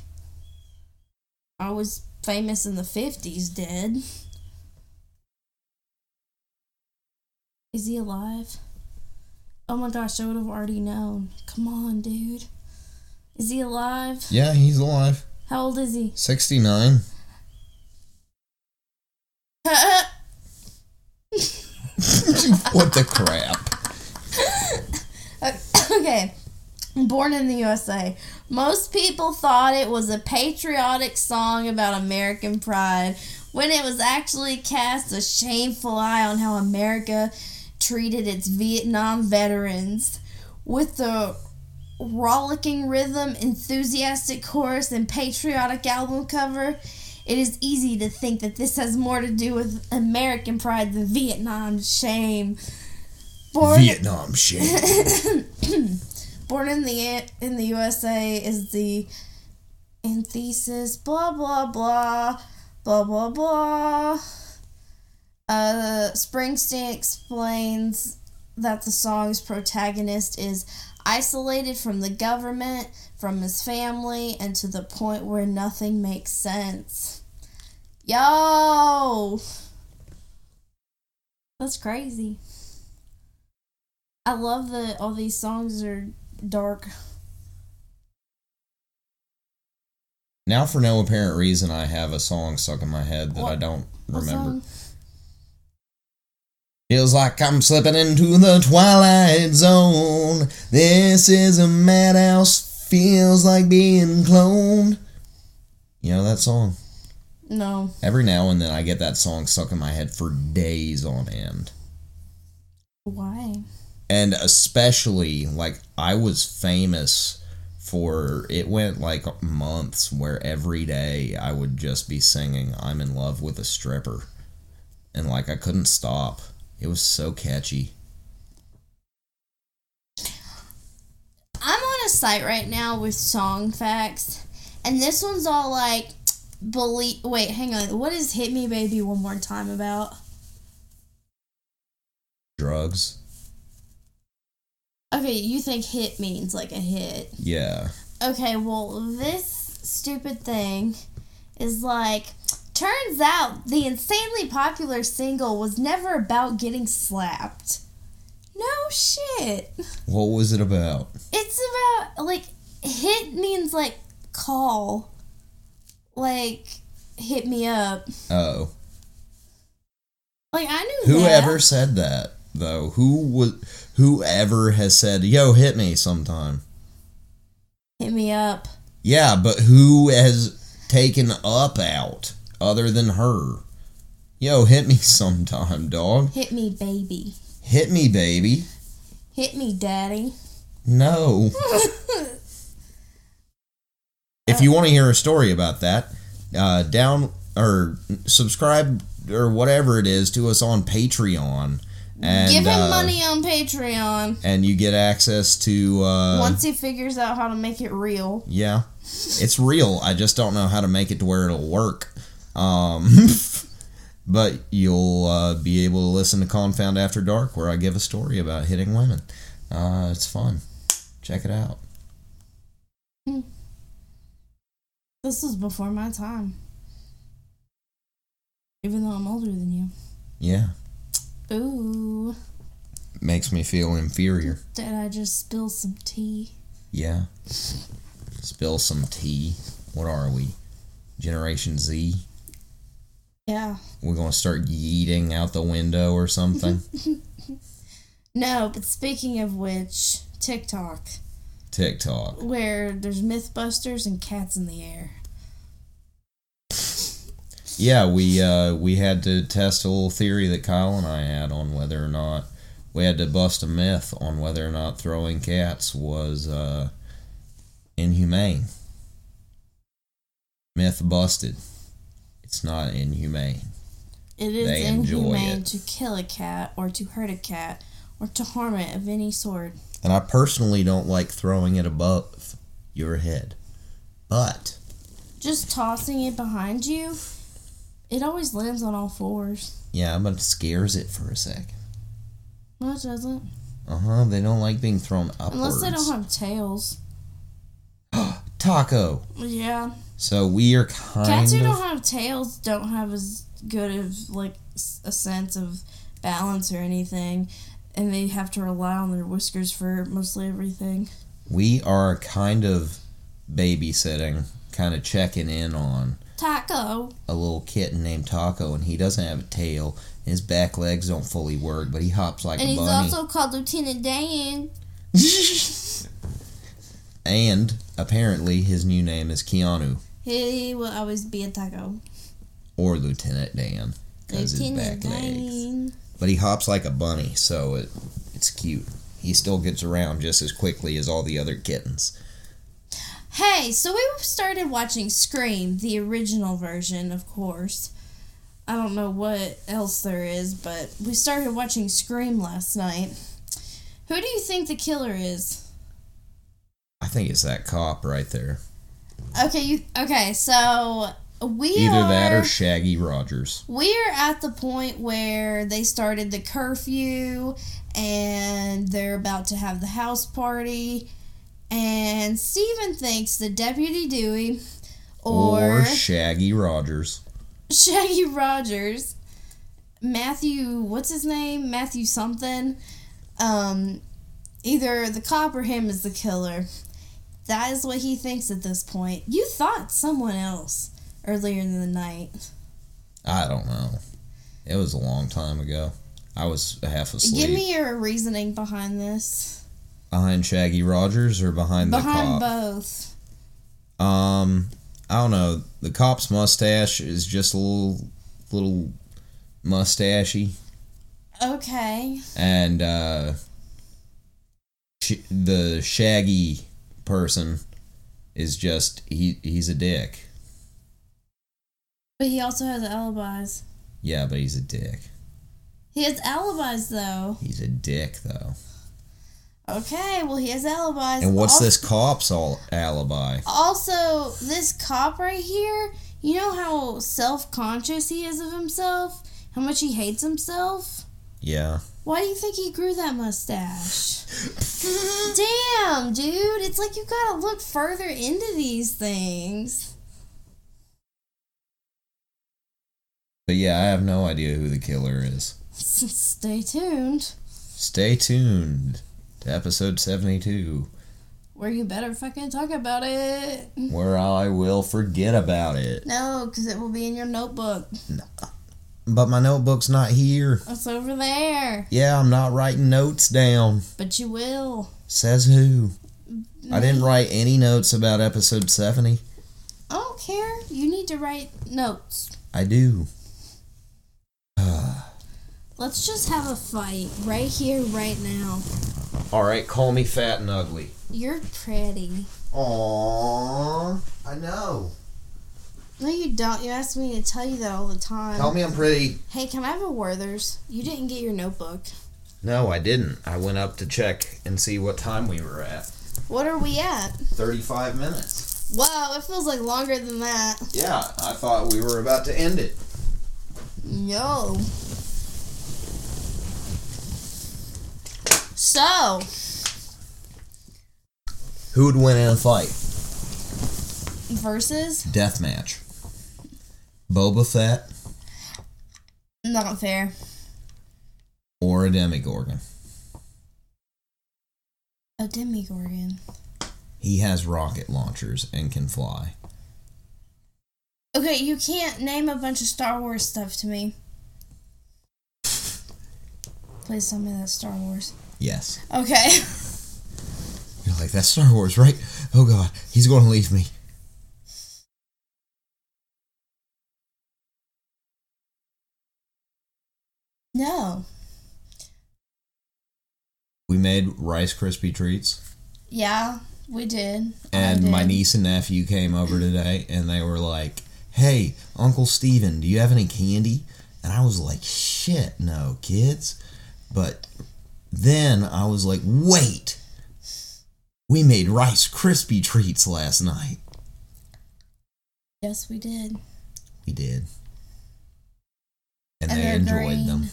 [SPEAKER 2] I was famous in the 50s, dead. Is he alive? Oh my gosh, I would have already known. Come on, dude. Is he alive?
[SPEAKER 3] Yeah, he's alive.
[SPEAKER 2] How old is he?
[SPEAKER 3] 69. [laughs] what the crap?
[SPEAKER 2] [coughs] okay. Born in the USA. Most people thought it was a patriotic song about American pride when it was actually cast a shameful eye on how America treated its Vietnam veterans. With the rollicking rhythm, enthusiastic chorus, and patriotic album cover, it is easy to think that this has more to do with American pride than Vietnam shame. Born
[SPEAKER 3] Vietnam shit.
[SPEAKER 2] Born in the in the USA is the antithesis. Blah blah blah, blah blah blah. Uh, Springsteen explains that the song's protagonist is isolated from the government, from his family, and to the point where nothing makes sense. Yo, that's crazy. I love that all these songs are dark.
[SPEAKER 3] Now, for no apparent reason, I have a song stuck in my head that I don't
[SPEAKER 2] What
[SPEAKER 3] remember.
[SPEAKER 2] song?
[SPEAKER 3] Feels like I'm slipping into the twilight zone. This is a madhouse. Feels like being cloned. You know that song?
[SPEAKER 2] No.
[SPEAKER 3] Every now and then I get that song stuck in my head for days on end.
[SPEAKER 2] Why?
[SPEAKER 3] and especially like I was famous for it went like months where every day I would just be singing I'm in love with a stripper and like I couldn't stop. It was so catchy.
[SPEAKER 2] I'm on a site right now with song facts, and this one's all like, believe. Wait, hang on. What is "Hit Me, Baby, One More Time" about?
[SPEAKER 3] Drugs.
[SPEAKER 2] Okay, you think "hit" means like a hit?
[SPEAKER 3] Yeah.
[SPEAKER 2] Okay, well, this stupid thing is like. Turns out the insanely popular single was never about getting slapped. No shit. [laughs]
[SPEAKER 3] What was it about?
[SPEAKER 2] It's about like hit means like call, like hit me up.
[SPEAKER 3] Oh.
[SPEAKER 2] Like I knew
[SPEAKER 3] Whoever
[SPEAKER 2] that.
[SPEAKER 3] said that though, who was whoever has said, "Yo, hit me sometime."
[SPEAKER 2] hit me up.
[SPEAKER 3] Yeah, but who has taken up out other than her? Yo, hit me [laughs] sometime, dog.
[SPEAKER 2] Hit me, baby.
[SPEAKER 3] Hit me, baby.
[SPEAKER 2] Hit me, daddy. [laughs]
[SPEAKER 3] No. if you want to hear a story about that, uh, down or subscribe or whatever it is to us on Patreon, and
[SPEAKER 2] Give him
[SPEAKER 3] uh,
[SPEAKER 2] money on Patreon
[SPEAKER 3] and you get access to uh,
[SPEAKER 2] once he figures out how to make it real.
[SPEAKER 3] Yeah, it's real. I just don't know how to make it to where it'll work. Um, [laughs] but you'll uh, be able to listen to Confound After Dark, where I give a story about hitting women. Uh, it's fun. Check it out.
[SPEAKER 2] This was before my time. Even though I'm older than you.
[SPEAKER 3] Yeah,
[SPEAKER 2] Ooh.
[SPEAKER 3] makes me feel inferior.
[SPEAKER 2] Did I just spill some tea?
[SPEAKER 3] Yeah. Spill some tea. What are we? Generation Z.
[SPEAKER 2] Yeah.
[SPEAKER 3] We're gonna start yeeting out the window or something.
[SPEAKER 2] No, but speaking of which, TikTok,
[SPEAKER 3] TikTok.
[SPEAKER 2] where there's Mythbusters and cats in the air.
[SPEAKER 3] Yeah, we uh, we had to test a little theory that Kyle and I had on whether or not we had to bust a myth on whether or not throwing cats was uh, inhumane. Myth busted. It's not inhumane.
[SPEAKER 2] It is
[SPEAKER 3] They enjoy
[SPEAKER 2] inhumane
[SPEAKER 3] it.
[SPEAKER 2] to kill a cat or to hurt a cat or to harm it of any sort.
[SPEAKER 3] And I personally don't like throwing it above your head. But
[SPEAKER 2] Just tossing it behind you, it always lands on all fours.
[SPEAKER 3] yeah, but it scares it for a second.
[SPEAKER 2] No, it doesn't.
[SPEAKER 3] Uh huh. They don't like being thrown upwards.
[SPEAKER 2] Unless they don't have tails.
[SPEAKER 3] taco.
[SPEAKER 2] Yeah.
[SPEAKER 3] So we are kind
[SPEAKER 2] Cats who
[SPEAKER 3] of.
[SPEAKER 2] don't have tails don't have as good of like s- a sense of balance or anything, and they have to rely on their whiskers for mostly everything.
[SPEAKER 3] we are kind of babysitting, kind of checking in on
[SPEAKER 2] Taco.
[SPEAKER 3] a little kitten named Taco, and he doesn't have a tail. and His back legs don't fully work, but he hops like
[SPEAKER 2] And
[SPEAKER 3] a
[SPEAKER 2] he's
[SPEAKER 3] bunny.
[SPEAKER 2] also called Lieutenant Dan.
[SPEAKER 3] [laughs] and apparently, his new name is Keanu
[SPEAKER 2] He will always be a taco.
[SPEAKER 3] or Lieutenant Dan because his back
[SPEAKER 2] Lieutenant
[SPEAKER 3] legs.
[SPEAKER 2] Dan.
[SPEAKER 3] But he hops like a bunny, so it it's cute. He still gets around just as quickly as all the other kittens.
[SPEAKER 2] Hey, so we started watching Scream, the original version, of course. I don't know what else there is, but we started watching Scream last night. Who do you think the killer is?
[SPEAKER 3] I think it's that cop right there.
[SPEAKER 2] Okay, you okay, so we
[SPEAKER 3] Either
[SPEAKER 2] are
[SPEAKER 3] that or Shaggy Rogers.
[SPEAKER 2] we are at the point where they started the curfew and they're about to have the house party and Steven thinks the deputy Dewey
[SPEAKER 3] Or
[SPEAKER 2] or
[SPEAKER 3] Shaggy Rogers.
[SPEAKER 2] [laughs] Shaggy Rogers, Matthew, what's his name? Matthew something. Um, either the cop or him is the killer. That is what he thinks at this point. You thought someone else earlier in the night.
[SPEAKER 3] I don't know. It was a long time ago. I was half asleep.
[SPEAKER 2] Give me your reasoning behind this.
[SPEAKER 3] behind Shaggy Rogers or behind,
[SPEAKER 2] Behind
[SPEAKER 3] the cop?
[SPEAKER 2] both.
[SPEAKER 3] um, I don't know. The cop's mustache is just a little, little mustachy,
[SPEAKER 2] Okay.
[SPEAKER 3] and uh, sh- the Shaggy person is just he he's a dick.
[SPEAKER 2] But he also has alibis.
[SPEAKER 3] Yeah, but he's a dick.
[SPEAKER 2] He has alibis though.
[SPEAKER 3] He's a dick though.
[SPEAKER 2] Okay, well he has alibis.
[SPEAKER 3] And what's
[SPEAKER 2] Also-
[SPEAKER 3] this cop's all alibi?
[SPEAKER 2] Also, this cop right here, you know how self conscious he is of himself? How much he hates himself?
[SPEAKER 3] Yeah.
[SPEAKER 2] Why do you think he grew
[SPEAKER 3] [laughs]
[SPEAKER 2] that mustache? Damn, dude. It's like you gotta look further into these things. [laughs]
[SPEAKER 3] But yeah, I have no idea who the killer is.
[SPEAKER 2] Stay tuned.
[SPEAKER 3] Stay tuned to episode 72.
[SPEAKER 2] Where you better fucking talk about it.
[SPEAKER 3] where I will forget about it.
[SPEAKER 2] No, because it will be in your notebook.
[SPEAKER 3] But my notebook's not here.
[SPEAKER 2] It's over there.
[SPEAKER 3] Yeah, I'm not writing notes down.
[SPEAKER 2] But you will.
[SPEAKER 3] Says who? I didn't write any notes about episode 70.
[SPEAKER 2] I don't care. You need to write notes.
[SPEAKER 3] I do.
[SPEAKER 2] Let's just have a fight right here, right now.
[SPEAKER 3] All right, call me fat and ugly.
[SPEAKER 2] You're pretty.
[SPEAKER 3] Aww, I know.
[SPEAKER 2] No, you don't. You ask me to tell you that all the time.
[SPEAKER 3] Tell me I'm pretty.
[SPEAKER 2] Hey, can I have a Werther's? You didn't get your notebook.
[SPEAKER 3] No, I didn't. I went up to check and see what time we were at.
[SPEAKER 2] What are we at?
[SPEAKER 3] 35 minutes.
[SPEAKER 2] Wow, it feels like longer than that.
[SPEAKER 3] Yeah, I thought we were about to end it.
[SPEAKER 2] No. So,
[SPEAKER 3] Who would win in a fight?
[SPEAKER 2] versus?
[SPEAKER 3] Death match. Boba Fett
[SPEAKER 2] Not fair.
[SPEAKER 3] or a Demigorgon?
[SPEAKER 2] A demigorgon.
[SPEAKER 3] He has rocket launchers and can fly.
[SPEAKER 2] Okay, you can't name a bunch of Star Wars stuff to me. Please tell me that's Star Wars.
[SPEAKER 3] Yes.
[SPEAKER 2] Okay. [laughs]
[SPEAKER 3] You're like, that's Star Wars, right? Oh god, he's going to leave me.
[SPEAKER 2] No.
[SPEAKER 3] We made Rice Krispie treats.
[SPEAKER 2] Yeah, we did. I
[SPEAKER 3] and my
[SPEAKER 2] did.
[SPEAKER 3] niece and nephew came over today and they were like hey uncle steven do you have any candy and i was like shit no kids but then i was like wait we made rice crispy treats last night
[SPEAKER 2] Yes, we did.
[SPEAKER 3] we did and,
[SPEAKER 2] And
[SPEAKER 3] they
[SPEAKER 2] they're
[SPEAKER 3] enjoyed
[SPEAKER 2] green.
[SPEAKER 3] them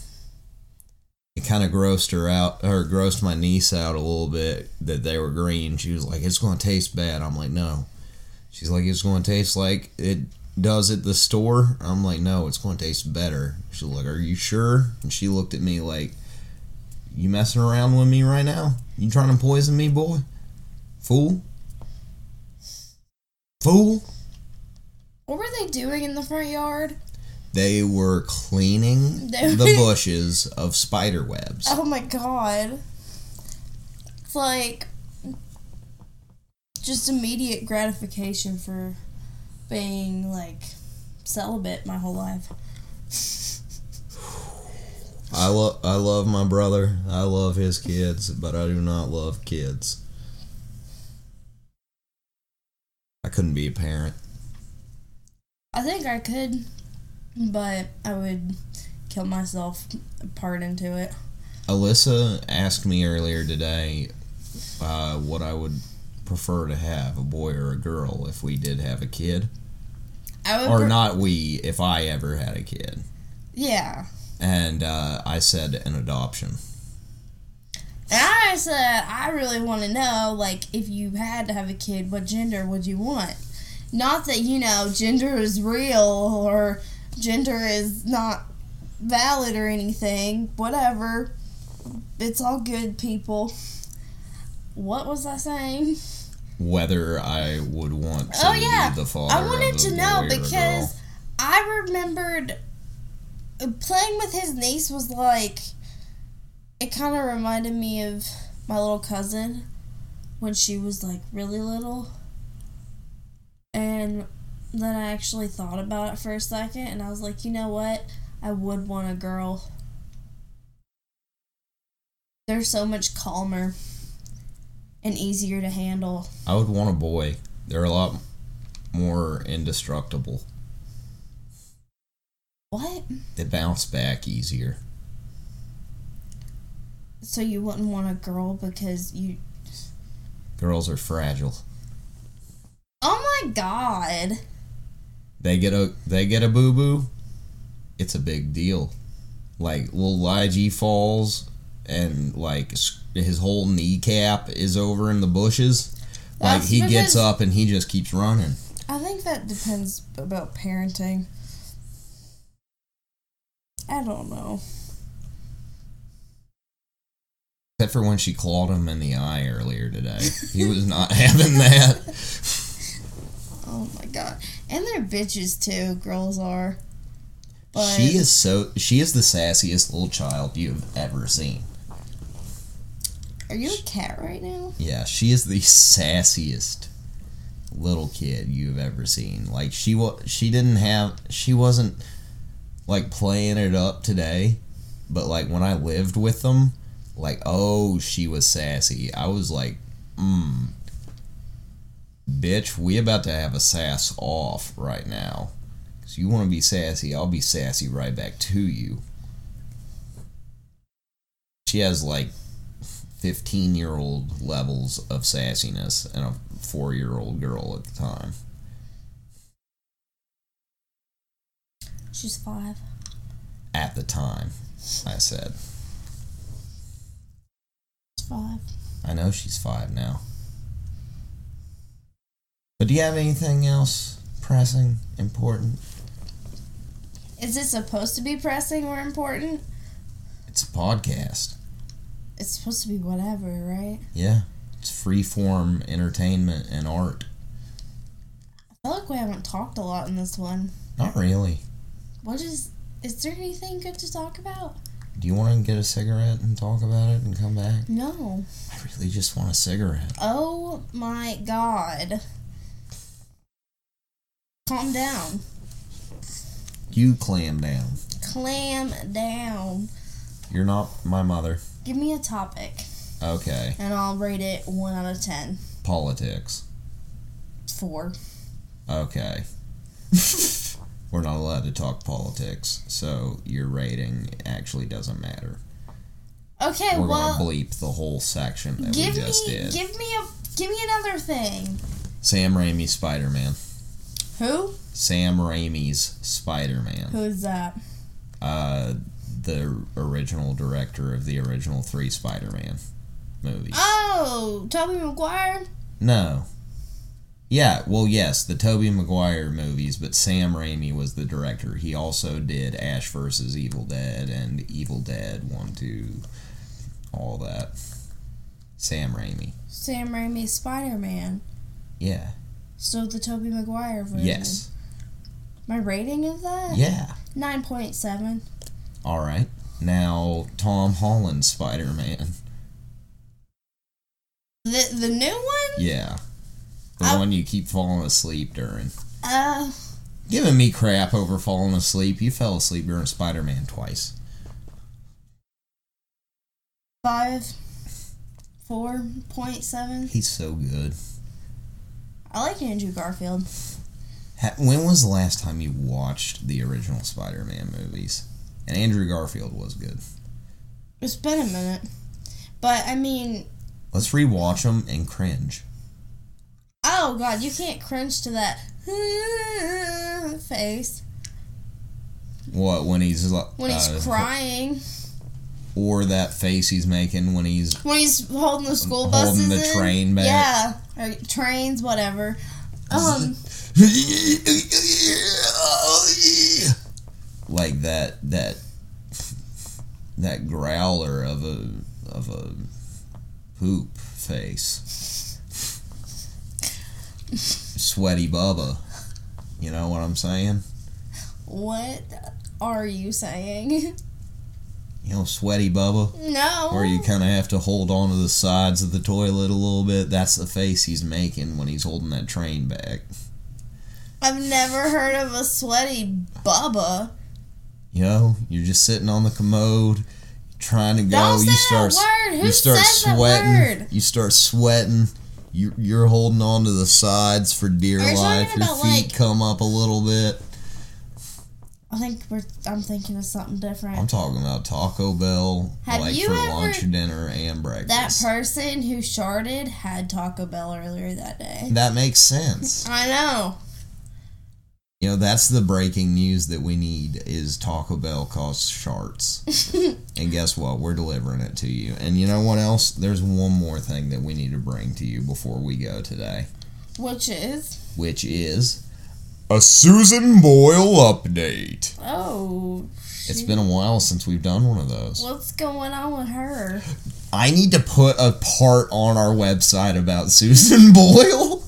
[SPEAKER 3] it kind of grossed her out or grossed my niece out a little bit that they were green she was like it's going to taste bad i'm like no she's like it's going to taste like it does at the store i'm like no it's going to taste better she's like are you sure and she looked at me like you messing around with me right now you trying to poison me boy fool fool
[SPEAKER 2] What were they doing in the front yard?
[SPEAKER 3] They were cleaning
[SPEAKER 2] They
[SPEAKER 3] the
[SPEAKER 2] were-
[SPEAKER 3] bushes of spider webs.
[SPEAKER 2] Oh my god. It's like just immediate gratification for being like celibate my whole life.
[SPEAKER 3] I love I love my brother. I love his kids, but I do not love kids. I couldn't be a parent.
[SPEAKER 2] I think I could, but I would kill myself part into it.
[SPEAKER 3] Alyssa asked me earlier today uh, what I would prefer to have, a boy or a girl, if we did have a kid.
[SPEAKER 2] I would
[SPEAKER 3] Or
[SPEAKER 2] pre-
[SPEAKER 3] not we, if I ever had a kid.
[SPEAKER 2] Yeah.
[SPEAKER 3] And uh, I said an adoption.
[SPEAKER 2] And I said, I really want to know, like, if you had to have a kid, what gender would you want? Not that, you know, gender is real or gender is not valid or anything. Whatever. It's all good, people. What was I saying?
[SPEAKER 3] whether I would want to
[SPEAKER 2] Oh, yeah.
[SPEAKER 3] be the father.
[SPEAKER 2] I
[SPEAKER 3] of
[SPEAKER 2] wanted
[SPEAKER 3] a
[SPEAKER 2] to know
[SPEAKER 3] boy or a
[SPEAKER 2] because
[SPEAKER 3] girl.
[SPEAKER 2] I remembered uh, playing with his niece was like it kind of reminded me of my little cousin when she was like really little. And then I actually thought about it for a second and I was like, you know what? I would want a girl. They're so much calmer and easier to handle.
[SPEAKER 3] I would want a boy. They're a lot more indestructible.
[SPEAKER 2] What?
[SPEAKER 3] They bounce back easier.
[SPEAKER 2] So you wouldn't want a girl because you
[SPEAKER 3] Girls are fragile.
[SPEAKER 2] Oh my god.
[SPEAKER 3] They get a they get a boo boo. It's a big deal. Like little YG falls and like s- his whole kneecap is over in the bushes. Like
[SPEAKER 2] That's
[SPEAKER 3] he gets
[SPEAKER 2] because-
[SPEAKER 3] up and he just keeps running.
[SPEAKER 2] I think that depends about parenting. I don't know.
[SPEAKER 3] Except except for when she clawed him in the eye earlier today. He was not [laughs] having that.
[SPEAKER 2] Oh my god. And they're bitches too, girls are. But
[SPEAKER 3] She is so she is the sassiest little child you've ever seen.
[SPEAKER 2] are you a cat right now?
[SPEAKER 3] Yeah, she is the sassiest little kid you've ever seen. Like she was she didn't have she wasn't like playing it up today, but like when I lived with them, like oh, she was sassy. I was like, mm bitch, we about to have a sass off right now. Cuz you want to be sassy, I'll be sassy right back to you. She has like 15 year old levels of sassiness and a four year old girl at the time.
[SPEAKER 2] She's five.
[SPEAKER 3] At the time, I said.
[SPEAKER 2] She's five.
[SPEAKER 3] I know she's five now. But do you have anything else pressing, important?
[SPEAKER 2] Is it supposed to be pressing or important?
[SPEAKER 3] It's a podcast.
[SPEAKER 2] It's supposed to be whatever, right?
[SPEAKER 3] Yeah. It's free form entertainment and art.
[SPEAKER 2] I feel like we haven't talked a lot in this one.
[SPEAKER 3] Not really.
[SPEAKER 2] What is is there anything good to talk about?
[SPEAKER 3] Do you want to get a cigarette and talk about it and come back?
[SPEAKER 2] No.
[SPEAKER 3] I really just want a cigarette.
[SPEAKER 2] Oh my god. Calm down.
[SPEAKER 3] You clam down.
[SPEAKER 2] Clam down.
[SPEAKER 3] You're not my mother.
[SPEAKER 2] Give me a topic
[SPEAKER 3] Okay.
[SPEAKER 2] and I'll rate it 1 out of 10.
[SPEAKER 3] Politics.
[SPEAKER 2] 4.
[SPEAKER 3] Okay. [laughs] We're not allowed to talk politics, so your rating actually doesn't matter.
[SPEAKER 2] Okay,
[SPEAKER 3] We're
[SPEAKER 2] well
[SPEAKER 3] gonna bleep the whole section that
[SPEAKER 2] give
[SPEAKER 3] we just
[SPEAKER 2] me
[SPEAKER 3] did.
[SPEAKER 2] give me a give me another thing.
[SPEAKER 3] Sam Raimi's Spider Man.
[SPEAKER 2] Who?
[SPEAKER 3] Sam Raimi's Spider Man.
[SPEAKER 2] Who is that?
[SPEAKER 3] Uh, the original director of the original three Spider Man movies.
[SPEAKER 2] Oh, Toby Maguire.
[SPEAKER 3] No. Yeah, well, yes, the Tobey Maguire movies, but Sam Raimi was the director. He also did Ash versus Evil Dead and Evil Dead 1, 2, all that. Sam Raimi.
[SPEAKER 2] Sam Raimi's Spider-Man.
[SPEAKER 3] Yeah.
[SPEAKER 2] So the Toby Maguire version.
[SPEAKER 3] Yes.
[SPEAKER 2] My rating of that?
[SPEAKER 3] Yeah.
[SPEAKER 2] 9.7.
[SPEAKER 3] All right. Now, Tom Holland's Spider Man.
[SPEAKER 2] The the new one?
[SPEAKER 3] Yeah. The
[SPEAKER 2] I-
[SPEAKER 3] one you keep falling asleep during.
[SPEAKER 2] Uh
[SPEAKER 3] Giving me crap over falling asleep. You fell asleep during Spider Man twice.
[SPEAKER 2] 5 4.7.
[SPEAKER 3] He's so good.
[SPEAKER 2] I like Andrew Garfield.
[SPEAKER 3] Ha- When was the last time you watched the original Spider-Man movies? And Andrew Garfield was good.
[SPEAKER 2] It's been a minute. But I mean,
[SPEAKER 3] Let's rewatch them and cringe.
[SPEAKER 2] oh god, you can't cringe to that [laughs] face
[SPEAKER 3] What when he's like
[SPEAKER 2] when he's
[SPEAKER 3] uh,
[SPEAKER 2] crying,
[SPEAKER 3] or that face he's making when he's
[SPEAKER 2] when he's holding the school
[SPEAKER 3] Holding
[SPEAKER 2] buses,
[SPEAKER 3] the
[SPEAKER 2] in.
[SPEAKER 3] train back.
[SPEAKER 2] yeah, or trains, whatever. Um,
[SPEAKER 3] like that that that growler of a of a poop face.
[SPEAKER 2] [laughs]
[SPEAKER 3] Sweaty Bubba. You know what I'm saying?
[SPEAKER 2] what are you saying? [laughs]
[SPEAKER 3] You know, sweaty Bubba.
[SPEAKER 2] no,
[SPEAKER 3] Where you kind of have to hold on to the sides of the toilet a little bit. That's the face he's making when he's holding that train back.
[SPEAKER 2] I've never heard of a sweaty bubba.
[SPEAKER 3] You know, you're just sitting on the commode, trying to go.
[SPEAKER 2] Don't
[SPEAKER 3] you
[SPEAKER 2] say
[SPEAKER 3] start,
[SPEAKER 2] that word. Who
[SPEAKER 3] you start
[SPEAKER 2] says that
[SPEAKER 3] sweating.
[SPEAKER 2] word?
[SPEAKER 3] You start sweating. You, you're holding on to the sides for dear
[SPEAKER 2] Are you
[SPEAKER 3] life.
[SPEAKER 2] talking
[SPEAKER 3] Your
[SPEAKER 2] about,
[SPEAKER 3] feet
[SPEAKER 2] like-
[SPEAKER 3] come up a little bit.
[SPEAKER 2] I think we're. I'm thinking of something different.
[SPEAKER 3] I'm talking about Taco Bell,
[SPEAKER 2] Have
[SPEAKER 3] like
[SPEAKER 2] you
[SPEAKER 3] for
[SPEAKER 2] ever-
[SPEAKER 3] lunch, dinner, and
[SPEAKER 2] that
[SPEAKER 3] breakfast.
[SPEAKER 2] person who sharded had Taco Bell earlier that day.
[SPEAKER 3] that makes sense.
[SPEAKER 2] I know.
[SPEAKER 3] You know, that's the breaking news that we need is Taco Bell costs sharts. and guess what? We're delivering it to you. And you know what else? There's one more thing that we need to bring to you before we go today,
[SPEAKER 2] Which is
[SPEAKER 3] which is A Susan Boyle update.
[SPEAKER 2] Oh,
[SPEAKER 3] It's been a while since we've done one of those.
[SPEAKER 2] what's going on with her?
[SPEAKER 3] I need to put a part on our website about Susan [laughs] Boyle.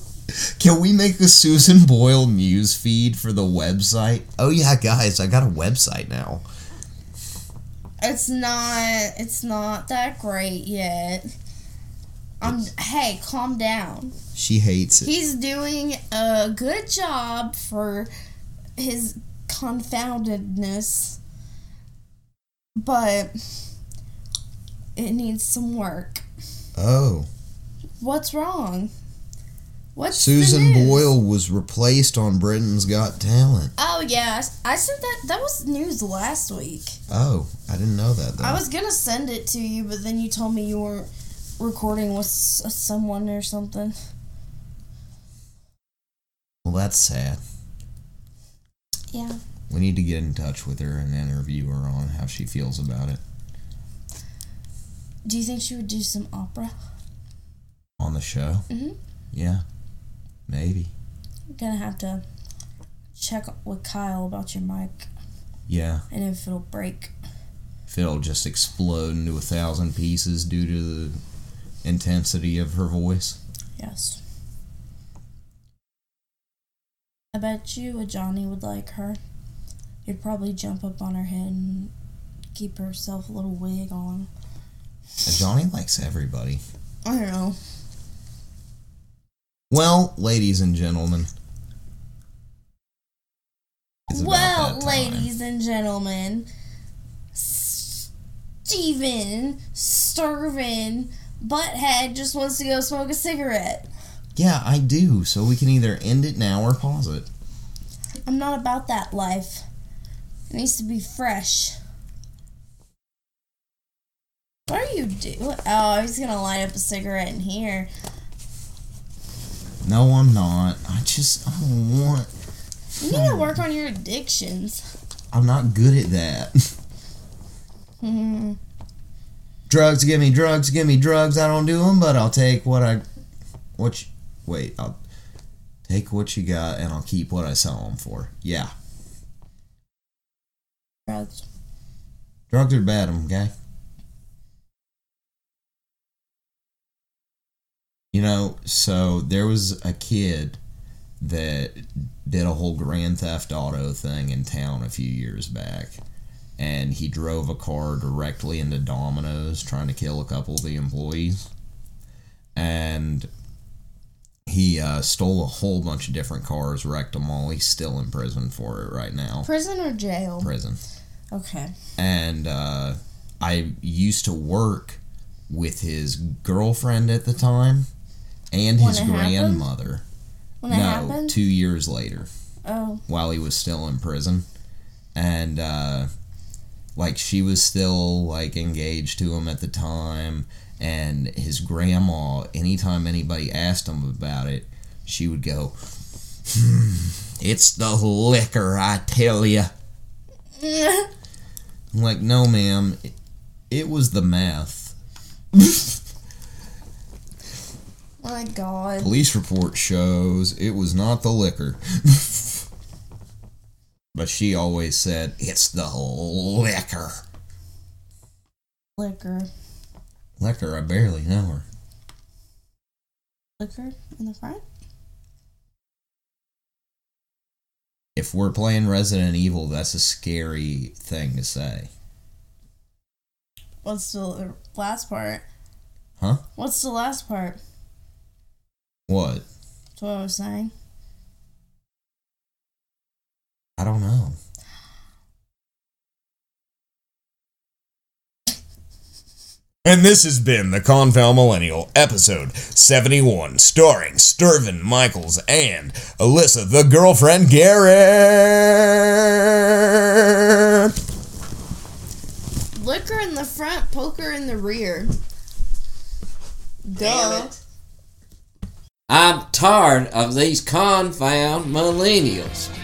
[SPEAKER 3] Can we make a Susan Boyle news feed for the website? Oh yeah, guys, I got a website now.
[SPEAKER 2] It's not. It's not that great yet. I'm. Hey, calm down.
[SPEAKER 3] She hates it.
[SPEAKER 2] He's doing a good job for his confoundedness, but it needs some work.
[SPEAKER 3] Oh,
[SPEAKER 2] What's wrong? What's the
[SPEAKER 3] Susan
[SPEAKER 2] news?
[SPEAKER 3] Boyle was replaced on Britain's Got Talent.
[SPEAKER 2] Oh yeah, I sent that. That was news last week.
[SPEAKER 3] Oh, I didn't know that though.
[SPEAKER 2] I was gonna send it to you, but then you told me you weren't recording with s- someone or something.
[SPEAKER 3] well, that's sad.
[SPEAKER 2] Yeah.
[SPEAKER 3] We need to get in touch with her and interview her on how she feels about it
[SPEAKER 2] Do you think she would do some opera?
[SPEAKER 3] on the show.
[SPEAKER 2] Mhm.
[SPEAKER 3] Yeah, maybe.
[SPEAKER 2] I'm gonna have to check with Kyle about your mic
[SPEAKER 3] Yeah.
[SPEAKER 2] and if it'll break.
[SPEAKER 3] if it'll just explode into a thousand pieces due to the intensity of her voice.
[SPEAKER 2] Yes. I bet you a Johnny would like her. He'd probably jump up on her head and keep herself a little wig on.
[SPEAKER 3] Now, Johnny likes everybody.
[SPEAKER 2] I don't know.
[SPEAKER 3] Well, ladies and gentlemen. it's about
[SPEAKER 2] Well,
[SPEAKER 3] that time.
[SPEAKER 2] ladies and gentlemen, Steven Starvin Butthead just wants to go smoke a cigarette.
[SPEAKER 3] Yeah, I do. So we can either end it now or pause it.
[SPEAKER 2] I'm not about that life. It needs to be fresh. What are you doing? Oh, I was gonna light up a cigarette in here.
[SPEAKER 3] No, I'm not. I just I don't want.
[SPEAKER 2] You need to
[SPEAKER 3] Hmm.
[SPEAKER 2] work on your addictions.
[SPEAKER 3] I'm not good at that.
[SPEAKER 2] Hmm.
[SPEAKER 3] drugs, give me drugs, give me drugs. I don't do them, but I'll take what I. What? You, wait, I'll take what you got, and I'll keep what I sell them for. Yeah.
[SPEAKER 2] Drugs.
[SPEAKER 3] Drugs are bad, okay? You know, so there was a kid that did a whole Grand Theft Auto thing in town a few years back. And he drove a car directly into Domino's trying to kill a couple of the employees. And he uh, stole a whole bunch of different cars, wrecked them all. He's still in prison for it right now.
[SPEAKER 2] Prison or jail?
[SPEAKER 3] Prison
[SPEAKER 2] Okay.
[SPEAKER 3] and uh, I used to work with his girlfriend at the time and
[SPEAKER 2] When
[SPEAKER 3] his
[SPEAKER 2] it happened?
[SPEAKER 3] grandmother.
[SPEAKER 2] When that
[SPEAKER 3] no,
[SPEAKER 2] happened?
[SPEAKER 3] two years later,
[SPEAKER 2] oh, [laughs]
[SPEAKER 3] while he was still in prison, and uh, like she was still like engaged to him at the time, and his grandma. Anytime anybody asked him about it, she would go. "Hmm, It's the liquor, I tell you. I'm like, no, ma'am. It, it was the meth.
[SPEAKER 2] my God.
[SPEAKER 3] Police report shows it was not the liquor. [laughs] but she always said, it's the liquor.
[SPEAKER 2] Liquor.
[SPEAKER 3] Liquor, I barely know her.
[SPEAKER 2] Liquor in the front?
[SPEAKER 3] If we're playing Resident Evil, that's a scary thing to say.
[SPEAKER 2] What's the last part?
[SPEAKER 3] Huh?
[SPEAKER 2] What's the last part?
[SPEAKER 3] What?
[SPEAKER 2] That's what I was saying.
[SPEAKER 3] I don't know. And this has been the Confound Millennial, episode 71, starring Sturvin Michaels and Alyssa, the girlfriend Garrett.
[SPEAKER 2] Liquor in the front, poker in the rear. Duh.
[SPEAKER 4] I'm tired of these confound millennials.